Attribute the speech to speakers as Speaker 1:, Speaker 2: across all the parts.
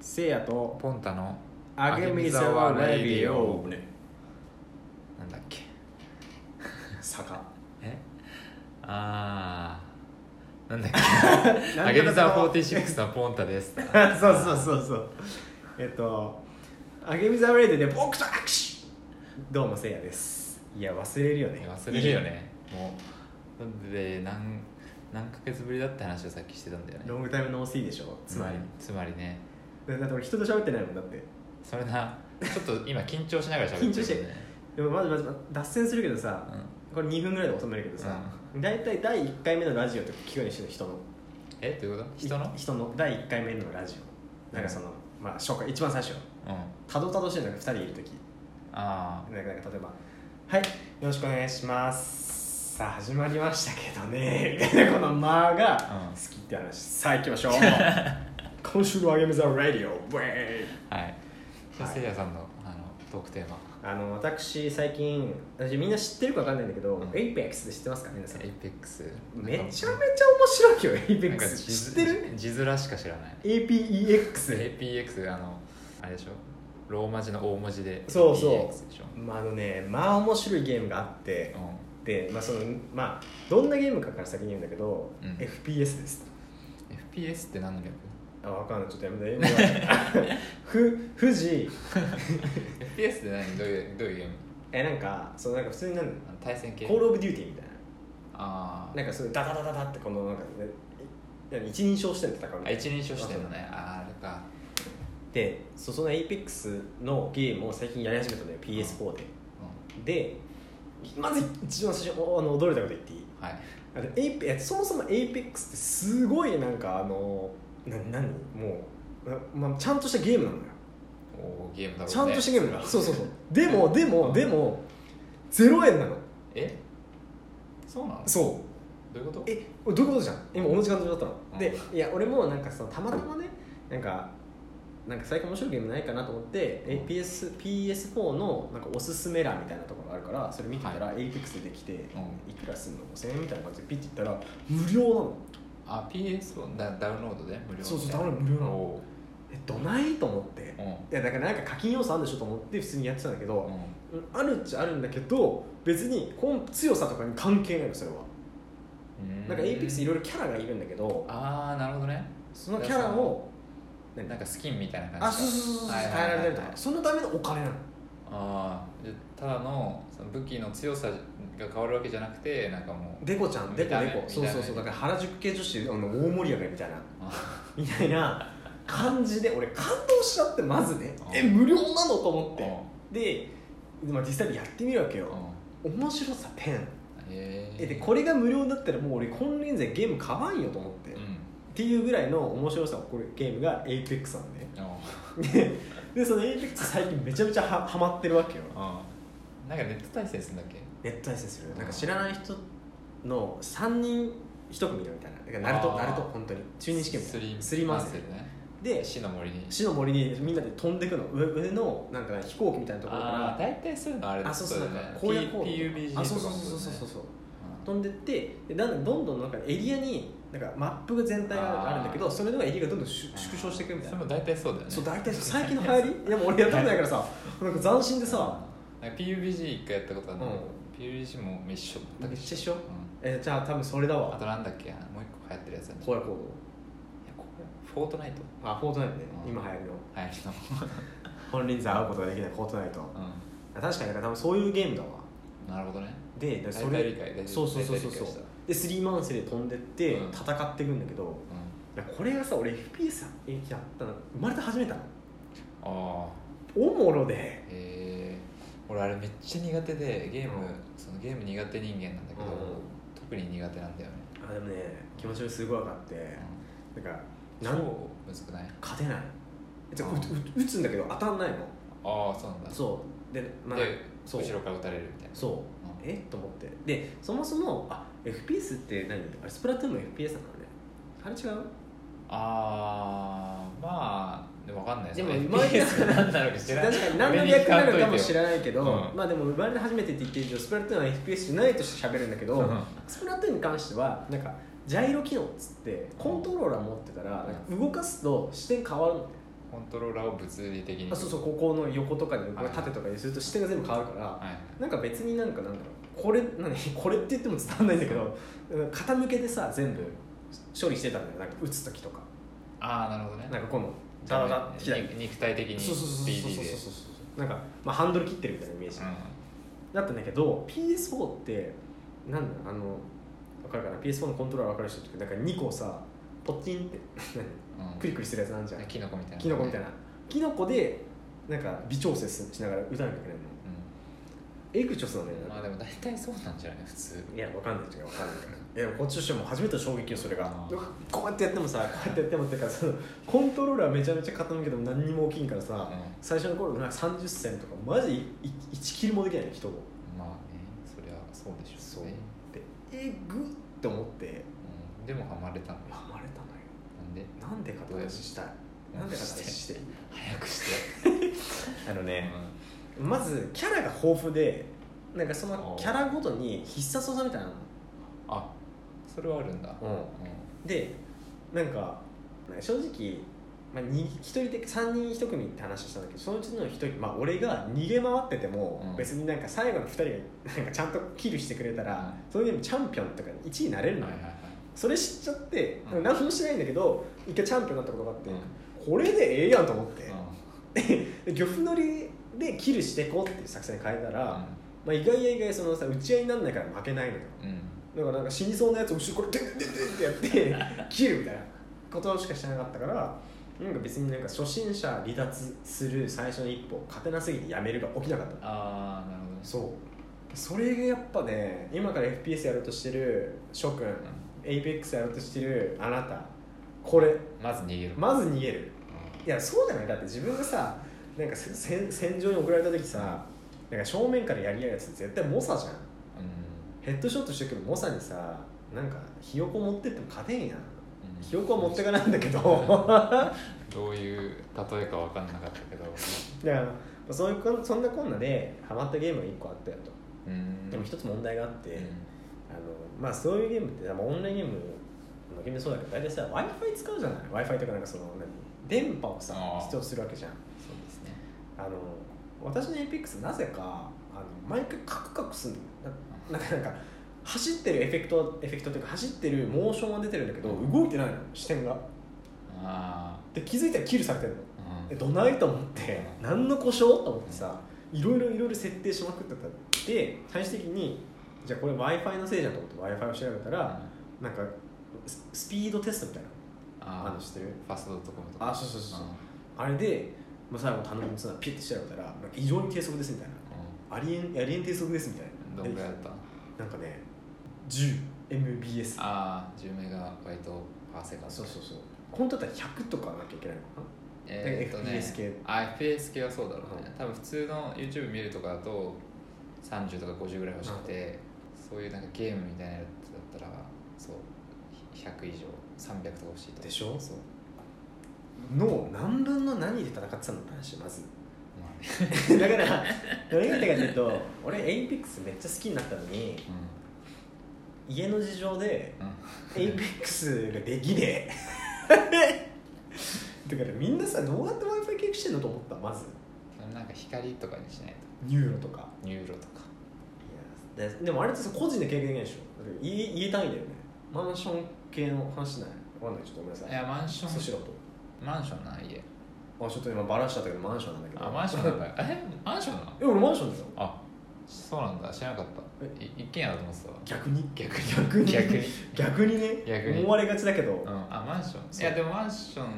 Speaker 1: せいやと
Speaker 2: ポンタの
Speaker 1: あげみざわレディオ
Speaker 2: ねなんだっけ
Speaker 1: 坂
Speaker 2: えあーなんだっ け
Speaker 1: なん
Speaker 2: あ
Speaker 1: と
Speaker 2: げ
Speaker 1: か
Speaker 2: み
Speaker 1: そ
Speaker 2: ざ
Speaker 1: の
Speaker 2: わ46のポンタです
Speaker 1: そうそうそうそうえっとあげみざわレディで僕と握手どうもせいやですいや忘れるよね
Speaker 2: 忘れるよねもうなんで何何ヶ月ぶりだって話をさっきしてたんだよね
Speaker 1: ロングタイムの OC でしょつまり
Speaker 2: うん、つまりね
Speaker 1: だだって俺人と喋ってないもんだって
Speaker 2: それなちょっと今緊張しながら喋ってる、ね、
Speaker 1: 緊張してるでもまずまず脱線するけどさ、
Speaker 2: うん
Speaker 1: これ2分ぐらいで収めるけどさ、大体第1回目のラジオって聞くようにしてる人の
Speaker 2: えどういうこと人の
Speaker 1: い人の第1回目のラジオなんかその、まあ紹介一番最初
Speaker 2: うんあ
Speaker 1: たどたどしいのが2人いる時
Speaker 2: あ
Speaker 1: なんかなんか例えば「はいよろしくお願いします」さあ始まりましたけどね みたいなこの間が
Speaker 2: うん
Speaker 1: 好きって話、さあ行きま しょう今週の「あげみざラディオ」ウェイ
Speaker 2: はいじゃあ
Speaker 1: はい
Speaker 2: せいやさんのあのトークテーマ
Speaker 1: あの私最近私みんな知ってるか分かんないんだけど、
Speaker 2: うん
Speaker 1: エイペックスで知ってますか皆さん
Speaker 2: エイペックス
Speaker 1: めちゃめちゃ面白いよエイペックス知ってる
Speaker 2: 字面しか知らない
Speaker 1: APEX
Speaker 2: APX あのあれでしょローマ字の大文字で
Speaker 1: そうそう
Speaker 2: APX でしょ
Speaker 1: まああのねまあ面白いゲームがあってでまあそのまあどんなゲームかから先に言うんだけど、
Speaker 2: うん
Speaker 1: FPS です
Speaker 2: うん FPS って何の略
Speaker 1: あ分かんないちょっとやめて ふ富士
Speaker 2: FPS って何どういうどういうゲーム
Speaker 1: えなんかそのなんか普通になん
Speaker 2: あの対戦系
Speaker 1: コールオブデューティーみたい
Speaker 2: あ
Speaker 1: なな
Speaker 2: ー
Speaker 1: んかそういうダダダダダってこのなんか、ねい何一人称視点で戦うみ
Speaker 2: あ
Speaker 1: たいな
Speaker 2: 一人称してんのねあーあれか
Speaker 1: でそうその APEX のゲームを最近やり始めたのよ PS4 で、でまず一番最初おあの驚いたこと言っていい
Speaker 2: うんはい
Speaker 1: あのエイペいやそもそも APEX ってすごいなんかあのな何もうな、まあ、ちゃんとしたゲームなのよ
Speaker 2: おーゲームだろうね
Speaker 1: ちゃんとしたゲームなのそうそうそうでもでもでも0円なの
Speaker 2: えそうなの
Speaker 1: そう
Speaker 2: どういうこと
Speaker 1: えどういうことじゃん今同じ感じだったの、
Speaker 2: うん
Speaker 1: でいや俺もなんかそのたまたまねなんかなんか最近面白いゲームないかなと思って、
Speaker 2: うん
Speaker 1: PS PS4 のなんかおすすめ欄みたいなところがあるからそれ見てたら APEX でできて、いくらすんの5000円みたいな感じでピッていったら無料なの
Speaker 2: あ PS をダダウンロードで無料
Speaker 1: そうそうダウンロード無料なの
Speaker 2: お
Speaker 1: えどないと思って、
Speaker 2: ーうん
Speaker 1: いやだからなんか課金要素あるんでしょと思って普通にやってたんだけ
Speaker 2: う
Speaker 1: ど、
Speaker 2: ん
Speaker 1: うんあるっちゃあるんだけど別にこの強さとかに関係ないのそれは、
Speaker 2: うん
Speaker 1: なんか APEX いろいろキャラがいるんだけど
Speaker 2: ああなるほどね
Speaker 1: そのキャラを何
Speaker 2: なんかスキンみたいな感じか
Speaker 1: あそうそうそうそう
Speaker 2: はいはい
Speaker 1: 変えられたりと
Speaker 2: はい
Speaker 1: かそのためのお金なの
Speaker 2: ああじゃあただのその武器の強さが変わるわけじゃなくてなんかもう
Speaker 1: デコちゃんデコ
Speaker 2: 見た目
Speaker 1: デコそうそうそうだ
Speaker 2: 見た目
Speaker 1: から原宿系女子あの大盛り上がりみたいな
Speaker 2: あ
Speaker 1: みたい な感じで俺感動しちゃってまずね
Speaker 2: うん
Speaker 1: え無料なのと思っ
Speaker 2: うん
Speaker 1: てで、まあ、実際にやってみるわけ
Speaker 2: う
Speaker 1: よ
Speaker 2: ん
Speaker 1: 面白さペン
Speaker 2: へ え
Speaker 1: えでこれが無料だったらもう俺金輪際ゲーム買わんよと思って、
Speaker 2: う
Speaker 1: っ
Speaker 2: ん
Speaker 1: ていうぐらいの面白さをこれゲームが APEX なんね
Speaker 2: あ
Speaker 1: ででその APEX 最近めちゃめちゃはハマってるわけよ
Speaker 2: あなんかネット対戦するんだっけ
Speaker 1: ネット対戦するなんか知らない人の3人1組いるみたいなだからナルト
Speaker 2: あー
Speaker 1: ナルト本当に中日試験みた
Speaker 2: ス
Speaker 1: い
Speaker 2: リ
Speaker 1: な
Speaker 2: ー
Speaker 1: スリーマン
Speaker 2: ス
Speaker 1: セ
Speaker 2: ル
Speaker 1: ル
Speaker 2: ね
Speaker 1: で
Speaker 2: 死の森に
Speaker 1: 死の森にみんなで飛んでくの上上のなんか飛行機みたいなところ
Speaker 2: ああ
Speaker 1: か
Speaker 2: 大体そういうのあれ
Speaker 1: らあそうそうなんか
Speaker 2: こう
Speaker 1: 荒
Speaker 2: い
Speaker 1: 野
Speaker 2: う
Speaker 1: 行動
Speaker 2: PUBG と
Speaker 1: あ
Speaker 2: か
Speaker 1: そうそうそうそうそうそう
Speaker 2: と
Speaker 1: 飛んでってでだんだんどんどんなんかエリアになんかマップが全体があるんだけどそれのエリアがどんどん縮縮小していくみたい
Speaker 2: それ
Speaker 1: な
Speaker 2: も大体そうだよね
Speaker 1: そう大体最近の流行りでも俺やったことないからさなんか斬新でさ
Speaker 2: なんか PUBG 一回やったことあるんだけど
Speaker 1: う
Speaker 2: PUBG も一緒
Speaker 1: め
Speaker 2: 全
Speaker 1: っ
Speaker 2: く一緒
Speaker 1: ちゃ一緒
Speaker 2: うん
Speaker 1: えじゃあ多分それだ
Speaker 2: あ
Speaker 1: わ
Speaker 2: となんだっけもう一個流行ってるやつだね
Speaker 1: 荒野行動
Speaker 2: いやこれフォートナイト
Speaker 1: あフォートナイトね
Speaker 2: うん
Speaker 1: 今流行りの
Speaker 2: 流行
Speaker 1: 本輪際会うことができないフォートナイト
Speaker 2: りの
Speaker 1: 確かになんか多分そういうゲームだわ
Speaker 2: うんなるほどね
Speaker 1: ででそれ
Speaker 2: 大体理解大体
Speaker 1: そうそうそうそう
Speaker 2: 大体理解した
Speaker 1: でスリーマンスで飛んでって
Speaker 2: うん
Speaker 1: 戦っていくんだけど、い
Speaker 2: うん
Speaker 1: やこれがさ俺 FPS やったの生まれて初めてなの
Speaker 2: ああ
Speaker 1: おもろで
Speaker 2: へえ俺あれめっちゃ苦手でゲー
Speaker 1: う
Speaker 2: ム、
Speaker 1: ん
Speaker 2: そのゲーム苦手人間なんだけ
Speaker 1: う
Speaker 2: ど、
Speaker 1: ん
Speaker 2: 特に苦手なんだよね、
Speaker 1: あでもね気持ちがすごい分かって
Speaker 2: う
Speaker 1: なんかな
Speaker 2: ん、
Speaker 1: ん
Speaker 2: 超むずくない
Speaker 1: 勝てないじゃ
Speaker 2: うん
Speaker 1: 打打打つんだけど当たんないの
Speaker 2: ああそうなんだ
Speaker 1: そうで,、まあ、
Speaker 2: で
Speaker 1: そう
Speaker 2: 後ろから撃たれるみたいな
Speaker 1: そう
Speaker 2: うん
Speaker 1: えと思ってでそもそもあ FPS って何あれスプラトゥーンも FPS なのねあれ違う
Speaker 2: ああまあでも分かんない
Speaker 1: でも
Speaker 2: それ
Speaker 1: うまい
Speaker 2: FPS が何なのか 知 らない
Speaker 1: 確かに何の略なのかも知
Speaker 2: ない
Speaker 1: らないけど、
Speaker 2: うん
Speaker 1: まあでも生まれて初めてって言ってる以上スプラトゥーンは FPS じゃないとして喋るんだけど、
Speaker 2: うん
Speaker 1: スプラトゥーンに関してはなんかジャイロ機能っつってコントローラー持ってたらなんか動かすと視点変わるのね
Speaker 2: コントローラーを物理的に
Speaker 1: あそうそうここの横とかに
Speaker 2: はいはい
Speaker 1: 縦とかにすると視点が全部変わるから、
Speaker 2: はい
Speaker 1: なんか別になんかなんだろうこれ何 これって言っても伝わんないんだけどうん傾けでさ全部処理してたんだよなんか打つ時とか
Speaker 2: ああなるほどね
Speaker 1: なんかこの
Speaker 2: じゃ
Speaker 1: ダ
Speaker 2: あ
Speaker 1: ダダって左
Speaker 2: 肉肉体的に
Speaker 1: そうそうそうそうそう
Speaker 2: BD
Speaker 1: そう
Speaker 2: で
Speaker 1: そうそうなんか、まあ、ハンドル切ってるみたいなイメージ、
Speaker 2: うん
Speaker 1: だったんだけど PS4 ってなんだあの分かるかな PS4 のコントローラー分かる人ってなんか2個さポッチンって
Speaker 2: うん
Speaker 1: クリクリするやつなんじゃん
Speaker 2: キノコみたいな
Speaker 1: キノコみたいなキノコでなんか微調整しながら打たなきゃいけないのエグチョスなんだよ
Speaker 2: うんま
Speaker 1: な
Speaker 2: あでも大体そうなんじゃない普通
Speaker 1: いや分かんない違う分かんないからいやでもこっちとしても初めての衝撃よそれが
Speaker 2: あ
Speaker 1: う
Speaker 2: ー
Speaker 1: わこうやってやってもさこうやってやってもってかそのコントローラーめちゃめちゃ傾けても何にも起きんからさ、
Speaker 2: うん
Speaker 1: 最初の頃なんか30銭とかマジ1切りもできないの人を
Speaker 2: まあねそりゃそうでしょ
Speaker 1: そうう
Speaker 2: ね
Speaker 1: でえぐっって思って
Speaker 2: うんでもハマれたんだよ
Speaker 1: ハマれたのよ
Speaker 2: なんで
Speaker 1: なんでかと話したいなんでかと話して
Speaker 2: 早くして
Speaker 1: あの
Speaker 2: うん
Speaker 1: ね、まずキャラが豊富でなんかその
Speaker 2: お
Speaker 1: キャラごとに必殺技みたいなの
Speaker 2: あそれはあるんだ
Speaker 1: うん
Speaker 2: う
Speaker 1: でなんか正直、まあ、に一人で3人1組って話したんだけどそのうちの1人、まあ、俺が逃げ回ってても、
Speaker 2: うん
Speaker 1: 別になんか最後の2人がなんかちゃんとキルしてくれたら、
Speaker 2: う
Speaker 1: そのゲームチャンピオンとか1位になれる
Speaker 2: ん
Speaker 1: の
Speaker 2: はい
Speaker 1: よ、
Speaker 2: はいはい
Speaker 1: それ知っちゃって、
Speaker 2: うん
Speaker 1: 何もしないんだけど一回チャンピオンになったことがあって、
Speaker 2: う
Speaker 1: これでええやんと思って、
Speaker 2: ん
Speaker 1: で漁夫乗りでキルしていこうっていう作戦に変えたら、まあ、意外や意外そのさ打ち合いにならないから負けないのよ
Speaker 2: うんうん
Speaker 1: だからなんか死にそうなやつを後ろからデンデンデンってやって切るみたいなことしかしてなかったからなんか別になんか初心者離脱する最初の一歩勝てなすぎてやめるが起きなかった
Speaker 2: ああなるほどね
Speaker 1: そうそれがやっぱね今から FPS やろうとしてる諸君 APEX やろうとしてるあなたこれ
Speaker 2: まず逃げる
Speaker 1: まず逃げる
Speaker 2: う
Speaker 1: いやそうじゃないだって自分がさなんかせ戦戦場に送られた時さなんか正面からやり合うやつ絶対猛者じゃん
Speaker 2: ん
Speaker 1: ヘッドショットしてくる猛者にさなんかひよこ持ってっても勝てんやん
Speaker 2: うん
Speaker 1: ひよこは持ってかないんだけど だか
Speaker 2: どういう例えか分かんなかったけど
Speaker 1: らまあそういうこそんなこんなでハマったゲームが1個あったよと
Speaker 2: うん
Speaker 1: でも一つ問題があって、
Speaker 2: うん
Speaker 1: あのまあそういうゲームってまあオンラインゲームのゲームそうだけど大体さ w i f i 使うじゃない w i f i とかなんかその何電波をさ
Speaker 2: あー
Speaker 1: 必要するわけじゃん
Speaker 2: そうですね
Speaker 1: あの私の APEX なぜかあの毎回カクカクするのななんかなんか走ってるエフェクトエフェクトというか走ってるモーションは出てるんだけど動いてないの視点が
Speaker 2: あ
Speaker 1: で気づいたらキルされてるの
Speaker 2: あ
Speaker 1: えどないと思って何の故障と思ってさいろいろいろいろ設定しまくってたで最終的にじゃあこれ w i f i のせいじゃんと思って w i f i を調べたらなんかススピードテストみたいな
Speaker 2: あ
Speaker 1: あ
Speaker 2: あ
Speaker 1: の知ってる
Speaker 2: ファストドットコムとか
Speaker 1: あそうそうそうそうあれで、まあ、最後頼むつなピッて調べたらなんか異常に低速ですみたいなありえんありえん低速ですみたい
Speaker 2: うん
Speaker 1: な
Speaker 2: どんぐらいだった
Speaker 1: でなんかね 10mbs
Speaker 2: ああ10メガバイトパーセカンド
Speaker 1: そうそうそう本当だったら100とかなきゃいけないのかな
Speaker 2: えーっとね
Speaker 1: FPS 系
Speaker 2: あ FPS 系はそうだろう
Speaker 1: う
Speaker 2: ね、
Speaker 1: ん
Speaker 2: 多分普通の YouTube 見るとかだと30とか50ぐらい欲しくて、そういうなんかゲームみたいなやつだったらそう100以上300とか欲しいと
Speaker 1: でしょ
Speaker 2: そう
Speaker 1: の何分の何で戦ってたのって話ま ず
Speaker 2: まあね、
Speaker 1: だ から何が言いたいかというと俺 APEX めっちゃ好きになったのに家の事情で
Speaker 2: うんうん
Speaker 1: APEX ができ ねえだからみんなさどうやって w i f i 契約してんのと思ったまず
Speaker 2: そのなんか光とかにしないと
Speaker 1: ニューロとか
Speaker 2: ニューロとか
Speaker 1: いやででもあれってさ個人で経験できないでしょだって家家単位だよねマンション系の話しないわかんないちょっとごめんなさい
Speaker 2: いやマンション
Speaker 1: スシローと
Speaker 2: マンションな家
Speaker 1: あちょっと今バラしちゃったけどマンションなんだけど
Speaker 2: あマンションなんだえマンションなの
Speaker 1: え俺マンションだよ
Speaker 2: あそうなんだ知らなかったい一軒家だと思ってたわ
Speaker 1: 逆に
Speaker 2: 逆に
Speaker 1: 逆に
Speaker 2: 逆に
Speaker 1: 逆にね
Speaker 2: 逆に
Speaker 1: 思われがちだけど、
Speaker 2: うん、あマンション
Speaker 1: そう
Speaker 2: いやでもマンション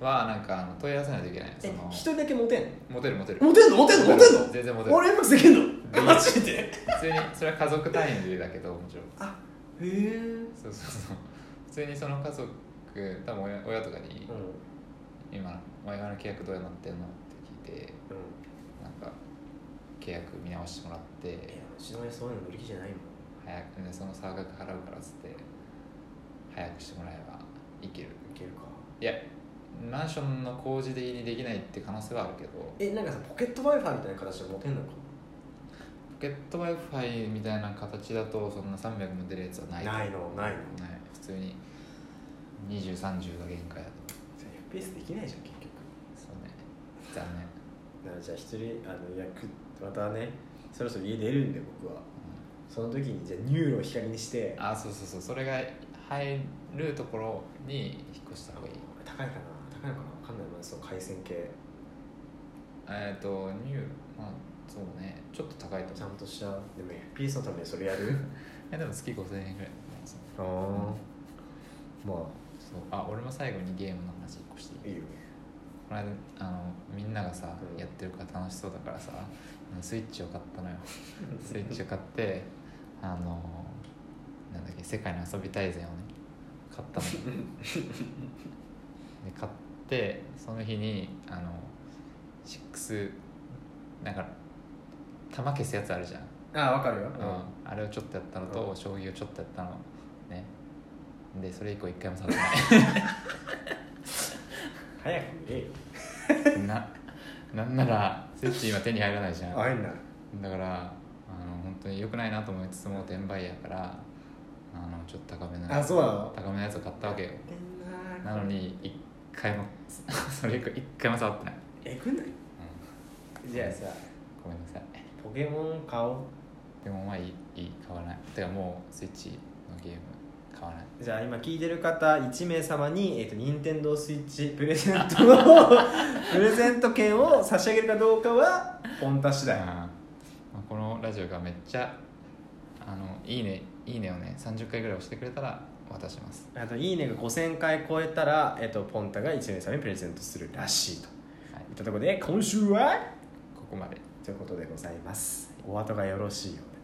Speaker 2: はなんかあの問い合わせないといけないそ
Speaker 1: え
Speaker 2: の
Speaker 1: 一人だけモテん
Speaker 2: モテるモテる
Speaker 1: モテんのモテんのモテんの
Speaker 2: 全然モテる
Speaker 1: 俺 MX できんの
Speaker 2: で
Speaker 1: マジで
Speaker 2: 普通にそれは家族単位でだけどもちろん
Speaker 1: あへえ
Speaker 2: そうそうそう普通にその家族多分親親とかに
Speaker 1: うん
Speaker 2: 「今お前の契約どうやなってんの?」って聞いて
Speaker 1: うん
Speaker 2: なんか契約見直してもらっ
Speaker 1: いや
Speaker 2: て
Speaker 1: うちの親そういうの乗り気じゃないもん
Speaker 2: 早くでその差額払うからっつって早くしてもらえばいける
Speaker 1: いけるか
Speaker 2: いやマンションの工事的にできないって可能性はあるけど
Speaker 1: えなんかさポケット Wi-Fi みたいな形でモテんのか
Speaker 2: ポケット Wi-Fi みたいな形だとそんな300も出るやつはない
Speaker 1: ないのないの
Speaker 2: ない普通に2030が限界だと
Speaker 1: FPS できないじゃん結局
Speaker 2: そうだね、
Speaker 1: なのでじゃあ一人あの役またねそろそろ家出るんで僕は
Speaker 2: う
Speaker 1: その時にじゃあニューロを光にして
Speaker 2: ん、あそうそうそうそれが入るところに引っ越した方がいい
Speaker 1: 高いかな高いのかな分かんないまあそう回線系
Speaker 2: えっ、とニューまあそうねちょっと高いと
Speaker 1: ちゃ
Speaker 2: 思うん
Speaker 1: としたでも FPS のためにそれやる
Speaker 2: えでも月5000円ぐらいだと思いますね
Speaker 1: ああま
Speaker 2: そうあ俺も最後にゲームの話1個していい
Speaker 1: あいいよね
Speaker 2: この間あのみんながさ、
Speaker 1: うん
Speaker 2: やってるから楽しそうだからさあのスイッチを買っ たのよスイッチを買ってあのなんだっけ「世界の遊び大全」をね買っ たのよで買ってその日にあの6なんか玉消すやつあるじゃん、
Speaker 1: ああ分かるよ
Speaker 2: うんあれをちょっとやったのと、
Speaker 1: うん
Speaker 2: 将棋をちょっとやったのねでそれ以降一回も触ってない
Speaker 1: 早く見れよ
Speaker 2: な なんならスイッチ今手に入らないじゃんだか
Speaker 1: 会えんな
Speaker 2: らあの本当に良くないなと思いつつも転売やからあのちょっと高めの
Speaker 1: あそうなの
Speaker 2: 高めのやつを買ったわけよなのに一回も それ以降一回も触ってない、
Speaker 1: えぐないじゃあさ
Speaker 2: うん、ごめんなさい
Speaker 1: ポケモン買おう
Speaker 2: でもまあいいいい買わないてかもうスイッチのゲーム買わない
Speaker 1: じゃあ今聞いてる方1名様に、えー、と任天堂スイッチプレゼント のプレゼント券を差し上げるかどうかはポンタ次第
Speaker 2: うんまあ、このラジオがめっちゃあのいいねいいねをね30回ぐらい押してくれたら渡します
Speaker 1: あと「いいね」が5000回超えたら、えー、とポンタが1名様にプレゼントするらしいと
Speaker 2: はい
Speaker 1: いったところで今週は
Speaker 2: ここまで
Speaker 1: ということでございますお後がよろしいようで